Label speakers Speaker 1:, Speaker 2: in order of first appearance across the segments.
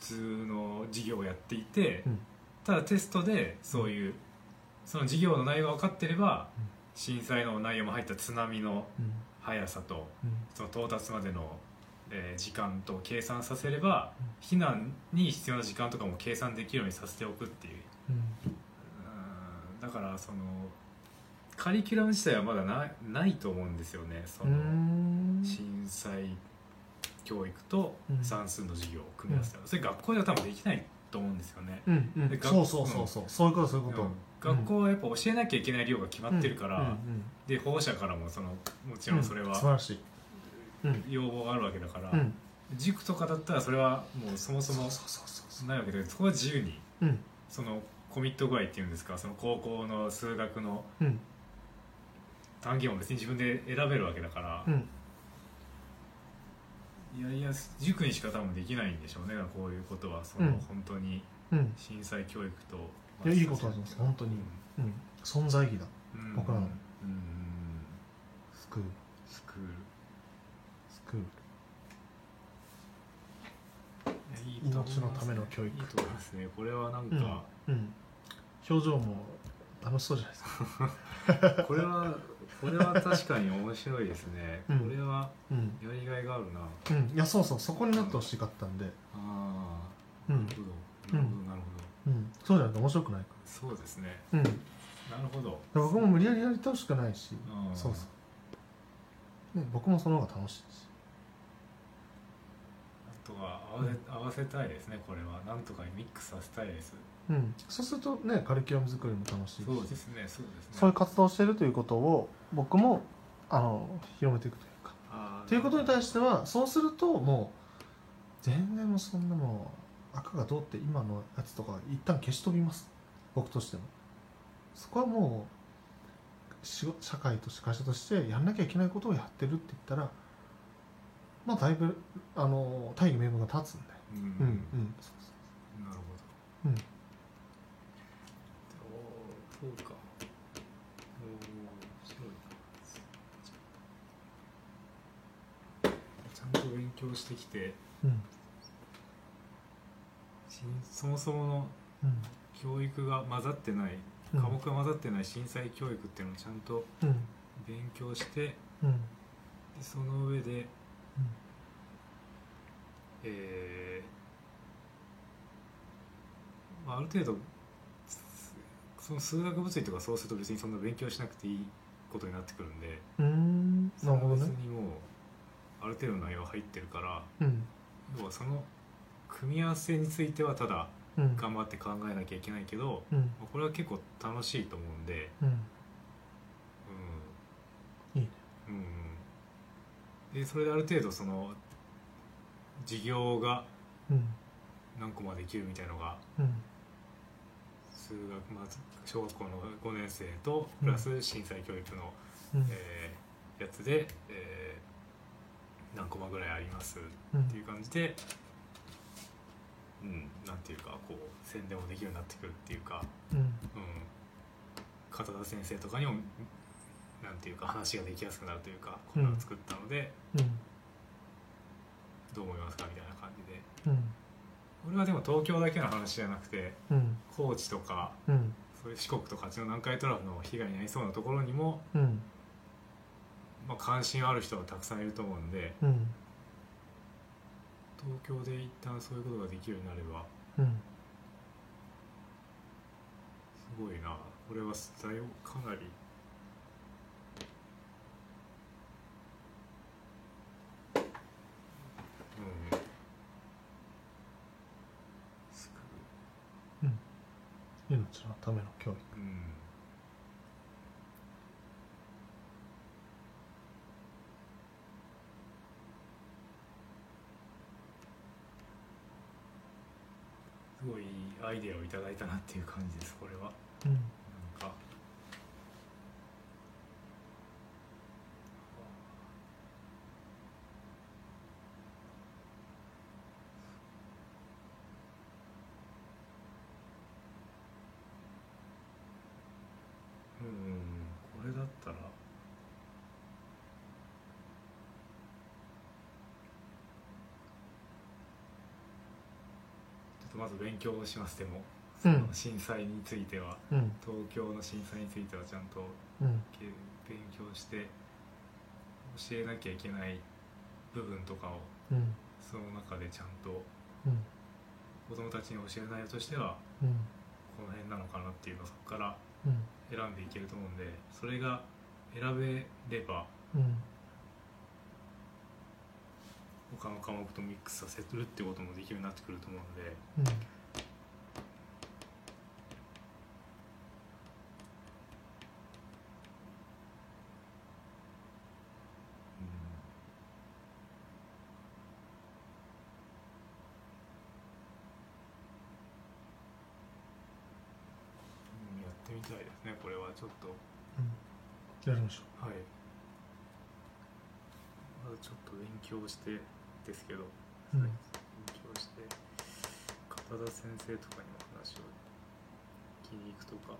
Speaker 1: 通の授業をやっていて、
Speaker 2: うん
Speaker 1: ただテストでそういうその授業の内容が分かってれば、
Speaker 2: うん
Speaker 1: 震災の内容も入った津波の速さと
Speaker 2: うん
Speaker 1: その到達までの、えー時間と計算させれば
Speaker 2: う
Speaker 1: 避
Speaker 2: ん
Speaker 1: 難に必要な時間とかも計算できるようにさせておくっていう
Speaker 2: うん
Speaker 1: うんだからそのカリキュラム自体はまだなないと思うんですよねその、
Speaker 2: うん
Speaker 1: 震災教育と
Speaker 2: うん
Speaker 1: 算数の授業を組み合わせた、それ学校では多分できないと思うんですよね、
Speaker 2: うんう
Speaker 1: で
Speaker 2: ん
Speaker 1: 学
Speaker 2: そうそうそうそうそういうことそういうこと、
Speaker 1: うん学校はやっぱ教えなきゃいけない量が決まってるから、
Speaker 2: うんうん
Speaker 1: で保護者からもそのもち
Speaker 2: う
Speaker 1: ろ
Speaker 2: ん
Speaker 1: んそれ
Speaker 2: 素晴
Speaker 1: は
Speaker 2: らしいうん
Speaker 1: 要望があるわけだから、
Speaker 2: うん
Speaker 1: 塾とかだったらそれはもうそもそも
Speaker 2: そうそうそうそう
Speaker 1: ないわけでそこは自由に
Speaker 2: うん
Speaker 1: そのコミット具合っていうんですかその高校の数学の
Speaker 2: うん
Speaker 1: 単元を別に自分で選べるわけだから
Speaker 2: う、ん
Speaker 1: いやいや塾にしか多分できないんでしょうねこういうことはその、
Speaker 2: うん
Speaker 1: 本当に
Speaker 2: うん
Speaker 1: 震災教育と
Speaker 2: いやいいことだと思います本当にうん存在意義だ
Speaker 1: うん
Speaker 2: 僕らの
Speaker 1: うん
Speaker 2: スクール
Speaker 1: スクール
Speaker 2: スクール
Speaker 1: いやいいと思います
Speaker 2: 命のための教育
Speaker 1: いいと思いますねこれはなんか、
Speaker 2: うん表情も楽しそうじゃないですか
Speaker 1: これはこれは確かに面白いですね、
Speaker 2: うん
Speaker 1: これは
Speaker 2: うん
Speaker 1: やりがいがあるな
Speaker 2: うんいやそうそうそこになってほしかったんで
Speaker 1: あ
Speaker 2: う
Speaker 1: あ
Speaker 2: ん
Speaker 1: なるほどなるほど、なるほど
Speaker 2: うんそうじゃないと面白くないか
Speaker 1: そうですね
Speaker 2: らうん
Speaker 1: なるほど
Speaker 2: 僕も無理やりやりたしかないし
Speaker 1: うん
Speaker 2: そうそうね僕もその方が楽しいし
Speaker 1: あとは合わせ合わせたいですねこれはなんとかにミックスさせたいです
Speaker 2: うんそうするとねカリキュラム作りも楽しいし
Speaker 1: そうですねそうですね
Speaker 2: そういう活動をしているということを僕もあの広めていくというか
Speaker 1: あー
Speaker 2: ということに対してはそうするともう全然もうそんなもう赤がどうって今のやつとか一旦消し飛びます僕としてもそこはもう仕事社会として会社としてやんなきゃいけないことをやってるって言ったらまあだいぶあの大義名分が立つんで
Speaker 1: うん、
Speaker 2: うんうんそうそう
Speaker 1: なるほど。
Speaker 2: うん
Speaker 1: どうそうか。おー面白いなちゃんと勉強してきて、
Speaker 2: うん
Speaker 1: しそもそもの
Speaker 2: うん
Speaker 1: 教育が混ざってない、
Speaker 2: うん
Speaker 1: 科目が混ざってない震災教育っていうのをちゃんと
Speaker 2: うん
Speaker 1: 勉強して、で
Speaker 2: うん
Speaker 1: その上で、えーまあ、ある程度すその数学物理とかそうすると別にそんな勉強しなくていいことになってくるんで
Speaker 2: うーんなるほど
Speaker 1: それは
Speaker 2: ね
Speaker 1: 別にもうある程度の内容は入ってるから
Speaker 2: うん
Speaker 1: 要はその組み合わせについてはただ
Speaker 2: うん
Speaker 1: 頑張って考えなきゃいけないけど、
Speaker 2: うん
Speaker 1: まあこれは結構楽しいと思うんで、
Speaker 2: うん
Speaker 1: うん、
Speaker 2: いいね
Speaker 1: うんうん、でそれである程度その授業が
Speaker 2: うん
Speaker 1: 何個までできるみたいのが
Speaker 2: うん
Speaker 1: 数学まず小学校の5年生とプラス震災教育の、
Speaker 2: うん
Speaker 1: えーやつで、えー何コマぐらいありますっ
Speaker 2: うん
Speaker 1: ていう感じで、うん、なんていうかこう宣伝もできるようになってくるっていうか、
Speaker 2: うん
Speaker 1: うん、片田先生とかにもなんていうか話ができやすくなるというかこんなの作ったので
Speaker 2: うん
Speaker 1: どう思いますかみたいな感じで
Speaker 2: うん
Speaker 1: これはでも東京だけの話じゃなくて
Speaker 2: うん
Speaker 1: 高知とか
Speaker 2: うん
Speaker 1: そういう四国とかあっちの南海トラフの被害に遭いそうなところにも、
Speaker 2: うん
Speaker 1: まあ、関心ある人はたくさんいると思うんで
Speaker 2: うん
Speaker 1: 東京で一旦そういうことができるようになれば
Speaker 2: うん
Speaker 1: すごいなこれはだいぶかなりうんす
Speaker 2: 命のための教育
Speaker 1: ごいうんすごいアイデアをいただいたなっていう感じですこれは。
Speaker 2: うん
Speaker 1: なんかうんこれだったらとまず勉強をしますでも、
Speaker 2: うん
Speaker 1: その震災については
Speaker 2: うん
Speaker 1: 東京の震災についてはちゃんと
Speaker 2: うん
Speaker 1: け勉強して教えなきゃいけない部分とかを
Speaker 2: うん
Speaker 1: その中でちゃんと
Speaker 2: うん
Speaker 1: 子供たちに教える内容としては
Speaker 2: うん
Speaker 1: この辺なのかなっていうのをそこから
Speaker 2: うん
Speaker 1: 選んでいけると思うんでそれが選べれば
Speaker 2: うん
Speaker 1: 他の科目とミックスさせるってこともできるようになってくると思うので
Speaker 2: うん
Speaker 1: うんやってみたいですねこれはちょっと
Speaker 2: やりましょ
Speaker 1: はいまだちょっと勉強してですけど、
Speaker 2: う、うん
Speaker 1: 勉強して片田先生とかにも話を聞きに行くとか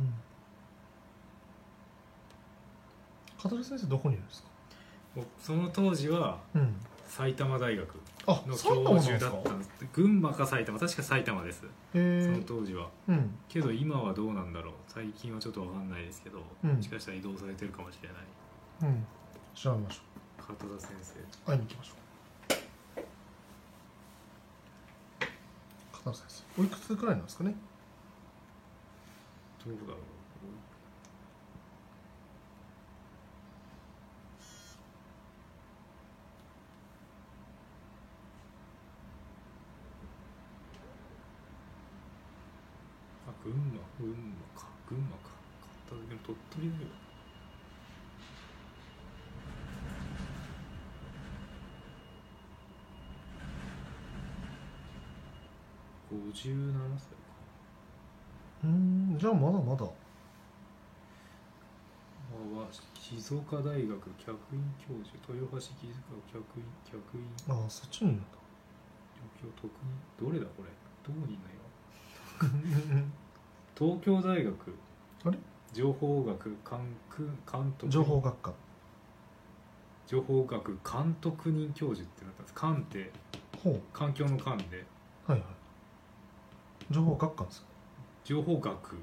Speaker 2: うん、片桐先生どこにいるんですか
Speaker 1: 僕その当時は
Speaker 2: うん
Speaker 1: 埼玉大学
Speaker 2: あ
Speaker 1: の
Speaker 2: 埼玉
Speaker 1: 教
Speaker 2: なんで
Speaker 1: 授
Speaker 2: す
Speaker 1: だ
Speaker 2: か
Speaker 1: ったんです群馬か埼玉確か埼玉です、
Speaker 2: へえ
Speaker 1: その当時は
Speaker 2: うん
Speaker 1: けど今はどうなんだろう最近はちょっと分かんないですけど、
Speaker 2: うん
Speaker 1: もしかしたら移動されてるかもしれない
Speaker 2: うん調べましょ
Speaker 1: 片田先生
Speaker 2: う会いに行きましょう片桐先生おいくつくらいなんですかね
Speaker 1: どうだろうあ群馬群馬か群馬か買ったでも鳥取だよ57歳か
Speaker 2: うんじゃあまだまだ
Speaker 1: は静岡大学客員教授豊橋技術科客員客員
Speaker 2: ああそっちにいるんだ
Speaker 1: 東京特任どれだこれどこにいんのよ
Speaker 2: うん
Speaker 1: 東京大学
Speaker 2: あれ
Speaker 1: 情報学監督監督
Speaker 2: 情報学科
Speaker 1: 情報学監督任教授ってなったんです監って
Speaker 2: ほう
Speaker 1: 環境の監で
Speaker 2: はいはい情報学科ですか
Speaker 1: 情報学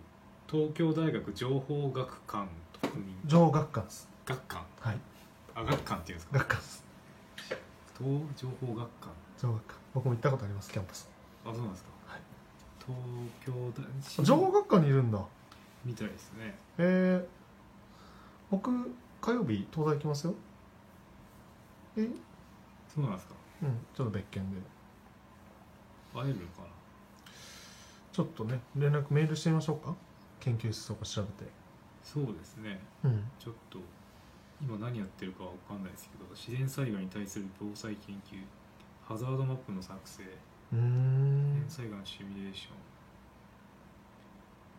Speaker 1: 東京大学情報学官特任
Speaker 2: 情報学科です
Speaker 1: 学官
Speaker 2: はい
Speaker 1: あ学官っていうんですか
Speaker 2: 学科です
Speaker 1: 東情報学官
Speaker 2: 情報学科僕も行ったことありますキャンパス
Speaker 1: あそうなんですか、
Speaker 2: はい
Speaker 1: 東京大
Speaker 2: 情報学科にいるんだ
Speaker 1: みたいですね
Speaker 2: えー、僕火曜日東大行きますよえうん
Speaker 1: そうなんですか
Speaker 2: ちょっと別件で
Speaker 1: 会えるのかな
Speaker 2: ちょっとね連絡メールしてみましょうか研究室とか調べて
Speaker 1: そうですね
Speaker 2: うん
Speaker 1: ちょっと今何やってるかわかんないですけど自然災害に対する防災研究ハザードマップの作成
Speaker 2: うー
Speaker 1: 自然
Speaker 2: ん
Speaker 1: 災害のシミュレーション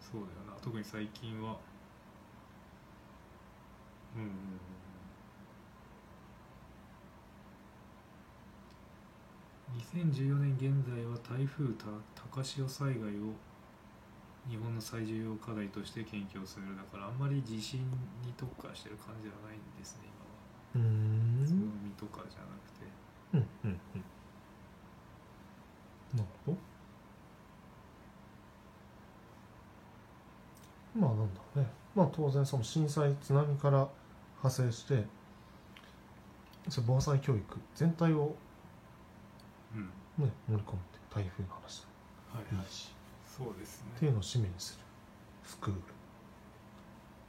Speaker 1: そうだよな特に最近はうんうんうんうん2014年現在は台風た高潮災害を日本の最重要課題として研究をするだからあんまり地震に特化してる感じではないんですね
Speaker 2: うー
Speaker 1: 今は津
Speaker 2: ん
Speaker 1: 波とかじゃなくて
Speaker 2: うんうんうんなるほどまあなんだろうねまあ当然その震災津波から派生してそれ防災教育全体を
Speaker 1: うん
Speaker 2: ね、盛り込んで台風の話
Speaker 1: はい
Speaker 2: だ
Speaker 1: はい
Speaker 2: いし、
Speaker 1: そうですね
Speaker 2: っていうのを使命にするスクール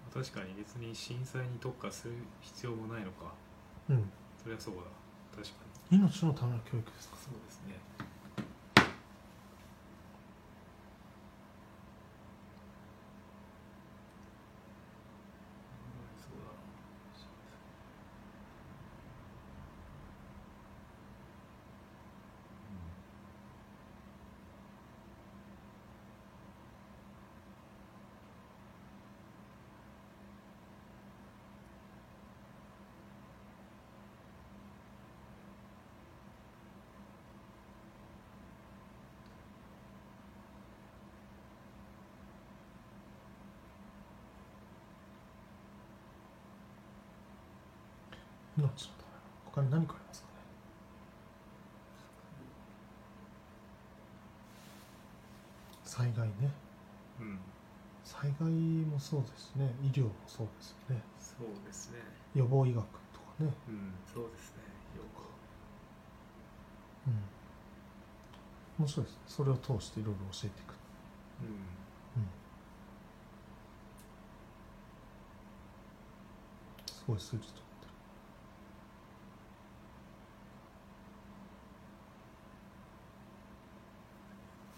Speaker 1: 確かに別に震災に特化する必要もないのか
Speaker 2: うん
Speaker 1: そりゃそうだ確かに
Speaker 2: 命のための教育ですか
Speaker 1: そうですねそうだ
Speaker 2: 命のための他に何かありますかね災害ね
Speaker 1: うん
Speaker 2: 災害もそうですね医療もそうですよね
Speaker 1: そうですね
Speaker 2: 予防医学とかね
Speaker 1: うんそうですねよく
Speaker 2: うん面白いですねそれを通していろいろ教えていく
Speaker 1: うん
Speaker 2: うんすごい数字取ってる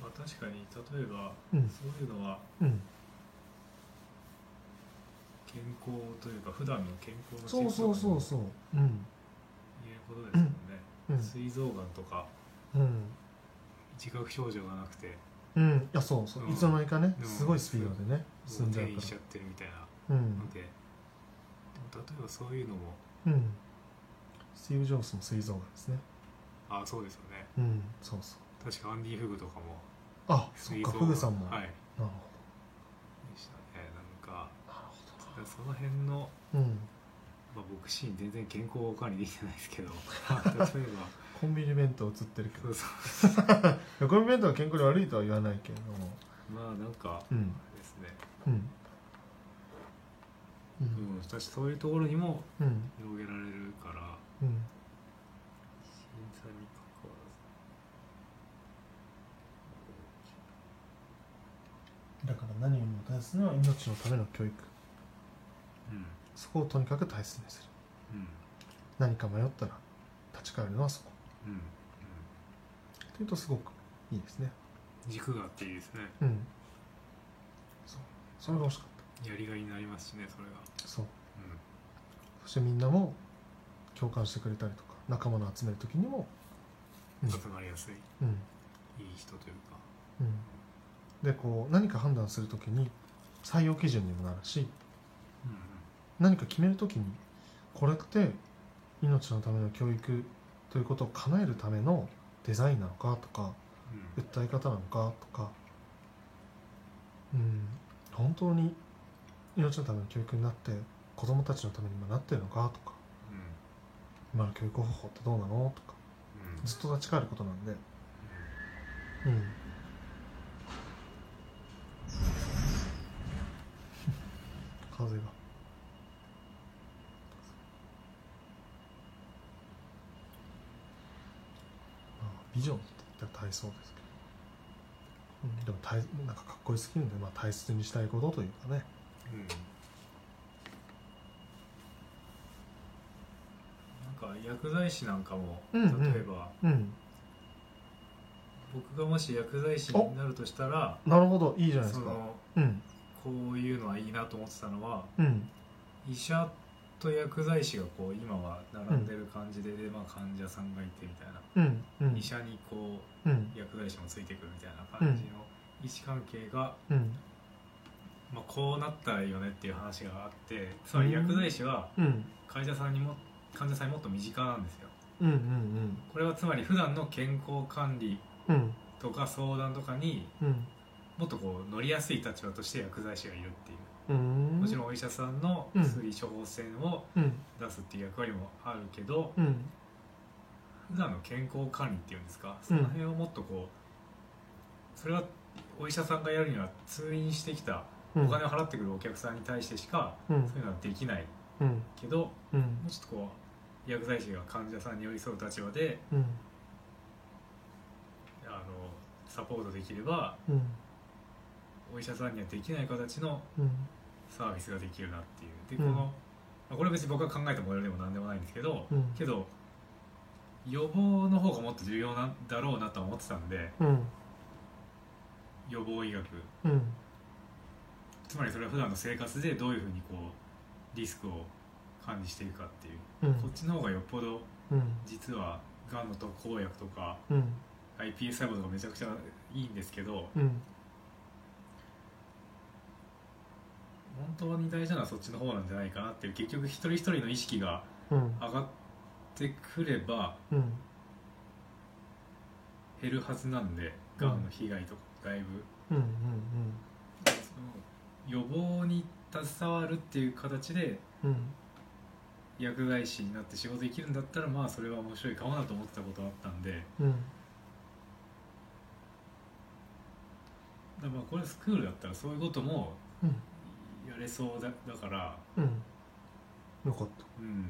Speaker 1: まあ確かに例えば、
Speaker 2: うん
Speaker 1: そういうのは
Speaker 2: うん
Speaker 1: 健康というか普段の健康の
Speaker 2: そうそうそう
Speaker 1: う
Speaker 2: そううん
Speaker 1: いうことですもんね、
Speaker 2: うん
Speaker 1: 膵臓がんとか
Speaker 2: うん
Speaker 1: 自覚症状がなくて
Speaker 2: うんいやそうそう、
Speaker 1: うん
Speaker 2: いつの間にかね
Speaker 1: うん
Speaker 2: すごいスピードでね進んじゃう
Speaker 1: 転
Speaker 2: か
Speaker 1: 移しちゃってるみたいな
Speaker 2: らう
Speaker 1: の
Speaker 2: ん
Speaker 1: で、でも例えばそういうのも
Speaker 2: うんスティーブ・ジョブスも膵臓がんですね
Speaker 1: ああそうですよね
Speaker 2: うんそうそう
Speaker 1: 確かアンディ・フグとかも
Speaker 2: あそっか
Speaker 1: 膵
Speaker 2: フグさんも、
Speaker 1: はい
Speaker 2: な
Speaker 1: で
Speaker 2: るほ
Speaker 1: したねなんか
Speaker 2: どなる
Speaker 1: そ
Speaker 2: ほ
Speaker 1: の辺の、
Speaker 2: どうん
Speaker 1: まあ、僕自身全然健康を管理できてないです けどまあ例えば
Speaker 2: コンビニ弁当映ってるけ
Speaker 1: そ
Speaker 2: ど
Speaker 1: うそう
Speaker 2: いやコンビニ弁当は健康に悪いとは言わないけれども
Speaker 1: まあなんか
Speaker 2: うん
Speaker 1: あれですね、
Speaker 2: うん
Speaker 1: う
Speaker 2: う
Speaker 1: んん、私そういうところにも
Speaker 2: うん
Speaker 1: 広げられるから
Speaker 2: うん
Speaker 1: 審査に関わ
Speaker 2: だから何よりも大切なのは命のための教育
Speaker 1: らずうん
Speaker 2: そこをとにかく大切にする
Speaker 1: うん
Speaker 2: 何か迷ったら立ち返るのはそこ
Speaker 1: うん、うん、
Speaker 2: というとすごくいいですね
Speaker 1: 軸があっていいですね
Speaker 2: うんそうそれが欲しかっ
Speaker 1: やりがいになりますしねそれが
Speaker 2: たそう
Speaker 1: うん
Speaker 2: そしてみんなも共感してくれたりとか仲間の集める時にもうん
Speaker 1: 集まりやすい、
Speaker 2: うん
Speaker 1: いい人というか
Speaker 2: うんでこう何か判断する時に採用基準にもなるし
Speaker 1: うん
Speaker 2: 何か決める時にこれって命のための教育ということを叶えるためのデザインなのかとか
Speaker 1: うんうん
Speaker 2: 訴え方なのかとかうん本当に命のための教育になって子供たちのために今なってるのかとか今の教育方法ってどうなのとか
Speaker 1: うんうん
Speaker 2: ずっと立ち返ることなんで
Speaker 1: う
Speaker 2: うん風がまあビジョンって言ったら体操ですけどうんでも大なんかかっこいいすぎるんで、まあ、大切にしたいことというかね
Speaker 1: んうんなんか薬剤師なんかも、
Speaker 2: うんうん
Speaker 1: 例えば
Speaker 2: うん
Speaker 1: 僕がもし薬剤師になるとしたら
Speaker 2: なるほどいいじゃないで
Speaker 1: そ
Speaker 2: すか
Speaker 1: の
Speaker 2: うん
Speaker 1: こういうのはいいなと思ってたのは
Speaker 2: うん
Speaker 1: 医者と薬剤師がこう今は並んでる感じで,で、まあ、患者さんがいてみたいな、
Speaker 2: うんうん
Speaker 1: 医者にこう
Speaker 2: うん
Speaker 1: 薬剤師もついてくるみたいな感じの医師関係が、
Speaker 2: うん
Speaker 1: まあ、こうなったらいいよねっていう話があってつまり薬剤師は
Speaker 2: うん
Speaker 1: 患者さんにも患者さんにもっと身近なんですよ
Speaker 2: うんうん
Speaker 1: これはつまり普段の健康管理
Speaker 2: うんうん
Speaker 1: とか相談とかに
Speaker 2: うん
Speaker 1: もっとこう乗りやすい立場として薬剤師がいるっていううんもちろんお医者さんの薬処方箋を
Speaker 2: うん
Speaker 1: 出すっていう役割もあるけど
Speaker 2: うん
Speaker 1: 普段の健康管理っていうんですかその辺をもっとこうそれはお医者さんがやるには通院してきた
Speaker 2: うん
Speaker 1: お金を払ってくるお客さんに対してしか
Speaker 2: うん
Speaker 1: そういうのはできない
Speaker 2: うん
Speaker 1: けども
Speaker 2: うん
Speaker 1: うちょっとこう薬剤師が患者さんに寄り添う立場で
Speaker 2: うん
Speaker 1: あのサポートできれば
Speaker 2: うん
Speaker 1: お医者さんにはできない形の
Speaker 2: うん
Speaker 1: サービスができるなっていうで
Speaker 2: う
Speaker 1: こ
Speaker 2: ん
Speaker 1: の、まあこれは別に僕が考えたモデルでも何でもないんですけど、
Speaker 2: うん
Speaker 1: けど予防の方がもっと重要なんだろうなとは思ってたんで
Speaker 2: うん
Speaker 1: 予防医学
Speaker 2: うん
Speaker 1: つまりそれは普段の生活でどういうふうにこうリスクを管理していくかっていう、
Speaker 2: うん
Speaker 1: こっちの方がよっぽど
Speaker 2: うん
Speaker 1: 実はがんの特効薬とか
Speaker 2: うん
Speaker 1: iPS 細胞とかめちゃくちゃいいんですけど
Speaker 2: うん
Speaker 1: 本当に大事なのはそっちの方なんじゃないかなっていう結局一人一人の意識が
Speaker 2: うん
Speaker 1: 上がってくれば
Speaker 2: うん
Speaker 1: 減るはずなんでがんの被害とかだいぶ
Speaker 2: うんうん
Speaker 1: その予防に携わるっていう形で
Speaker 2: うん
Speaker 1: 薬剤師になって仕事できるんだったらまあそれは面白いかもなと思ってたことあったんで
Speaker 2: うん
Speaker 1: だからまあこれスクールだったらそういうことも
Speaker 2: うん
Speaker 1: やれそうだだから、
Speaker 2: うんよかった
Speaker 1: うん、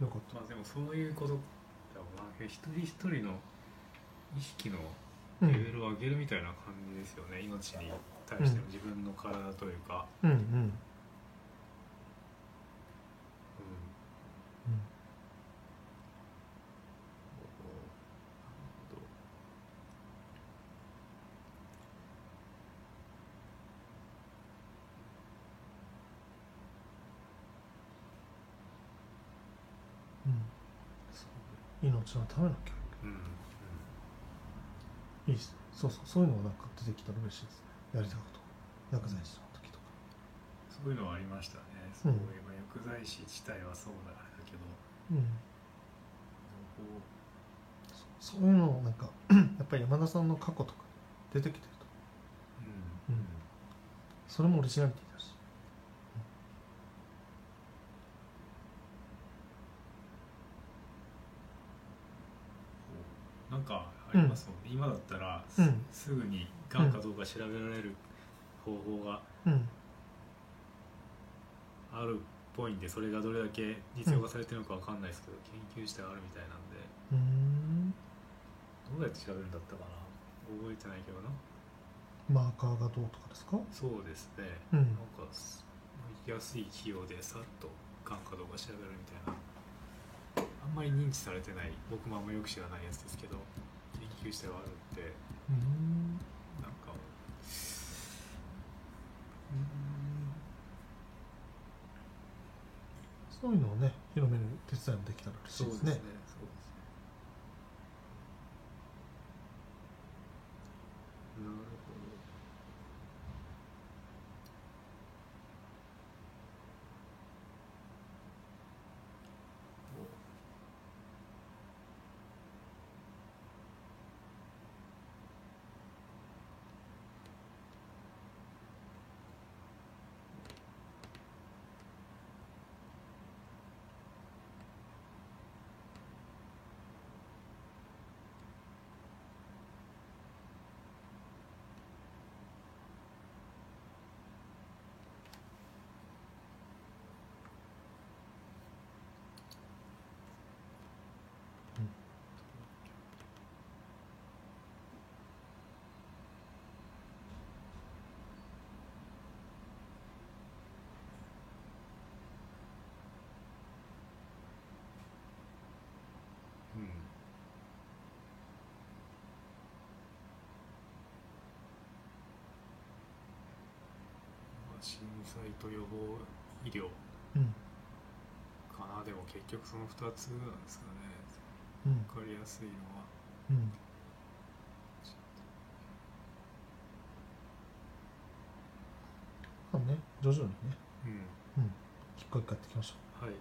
Speaker 2: よかっ
Speaker 1: まあでもそういうことだもんな一人一人の意識の
Speaker 2: たうん
Speaker 1: レベルを上げるみたいな感じですよね、命に対しての自分の体というか、
Speaker 2: うんうん
Speaker 1: う
Speaker 2: うん
Speaker 1: ん
Speaker 2: うん命のための教
Speaker 1: うんうん
Speaker 2: 育いいっすそうそうそういうのがなんか出てきたら嬉しいですやりたいこと薬剤師の時とか
Speaker 1: そういうのはありましたねそういえば薬剤師自体はそうだあれだけど
Speaker 2: うん
Speaker 1: こ
Speaker 2: そそういうのをなんかやっぱり山田さんの過去とか出てきてると
Speaker 1: うう
Speaker 2: う
Speaker 1: んん、
Speaker 2: それもオリジナリティだし
Speaker 1: なんかありますもんね、今だったらす,、
Speaker 2: うん
Speaker 1: ぐにがんかどうか調べられる方法が
Speaker 2: うん
Speaker 1: あるっぽいんでそれがどれだけ実用化されてるのかわかんないですけど、研究室があるみたいなんで
Speaker 2: うーん
Speaker 1: どうやって調べるんだったかな覚えてないけどな
Speaker 2: マーカーがどうとかですか
Speaker 1: そうですね、
Speaker 2: うん
Speaker 1: なんかす安い費用でさっとがんかどうか調べるみたいなあんまり認知されてない僕もあんまよく知らないやつですけど研究室があるって
Speaker 2: うーん
Speaker 1: なんかう
Speaker 2: そういうのをね広める手伝いもできたら嬉し
Speaker 1: ーん
Speaker 2: いですね
Speaker 1: そうですねなるほどうんまあ震災と予防医療
Speaker 2: うん
Speaker 1: かなでも結局その2つなんですかね
Speaker 2: うん
Speaker 1: 分かりやすいのは
Speaker 2: うんそうね徐々にね
Speaker 1: うん
Speaker 2: 一個一個やっていきましょ
Speaker 1: はい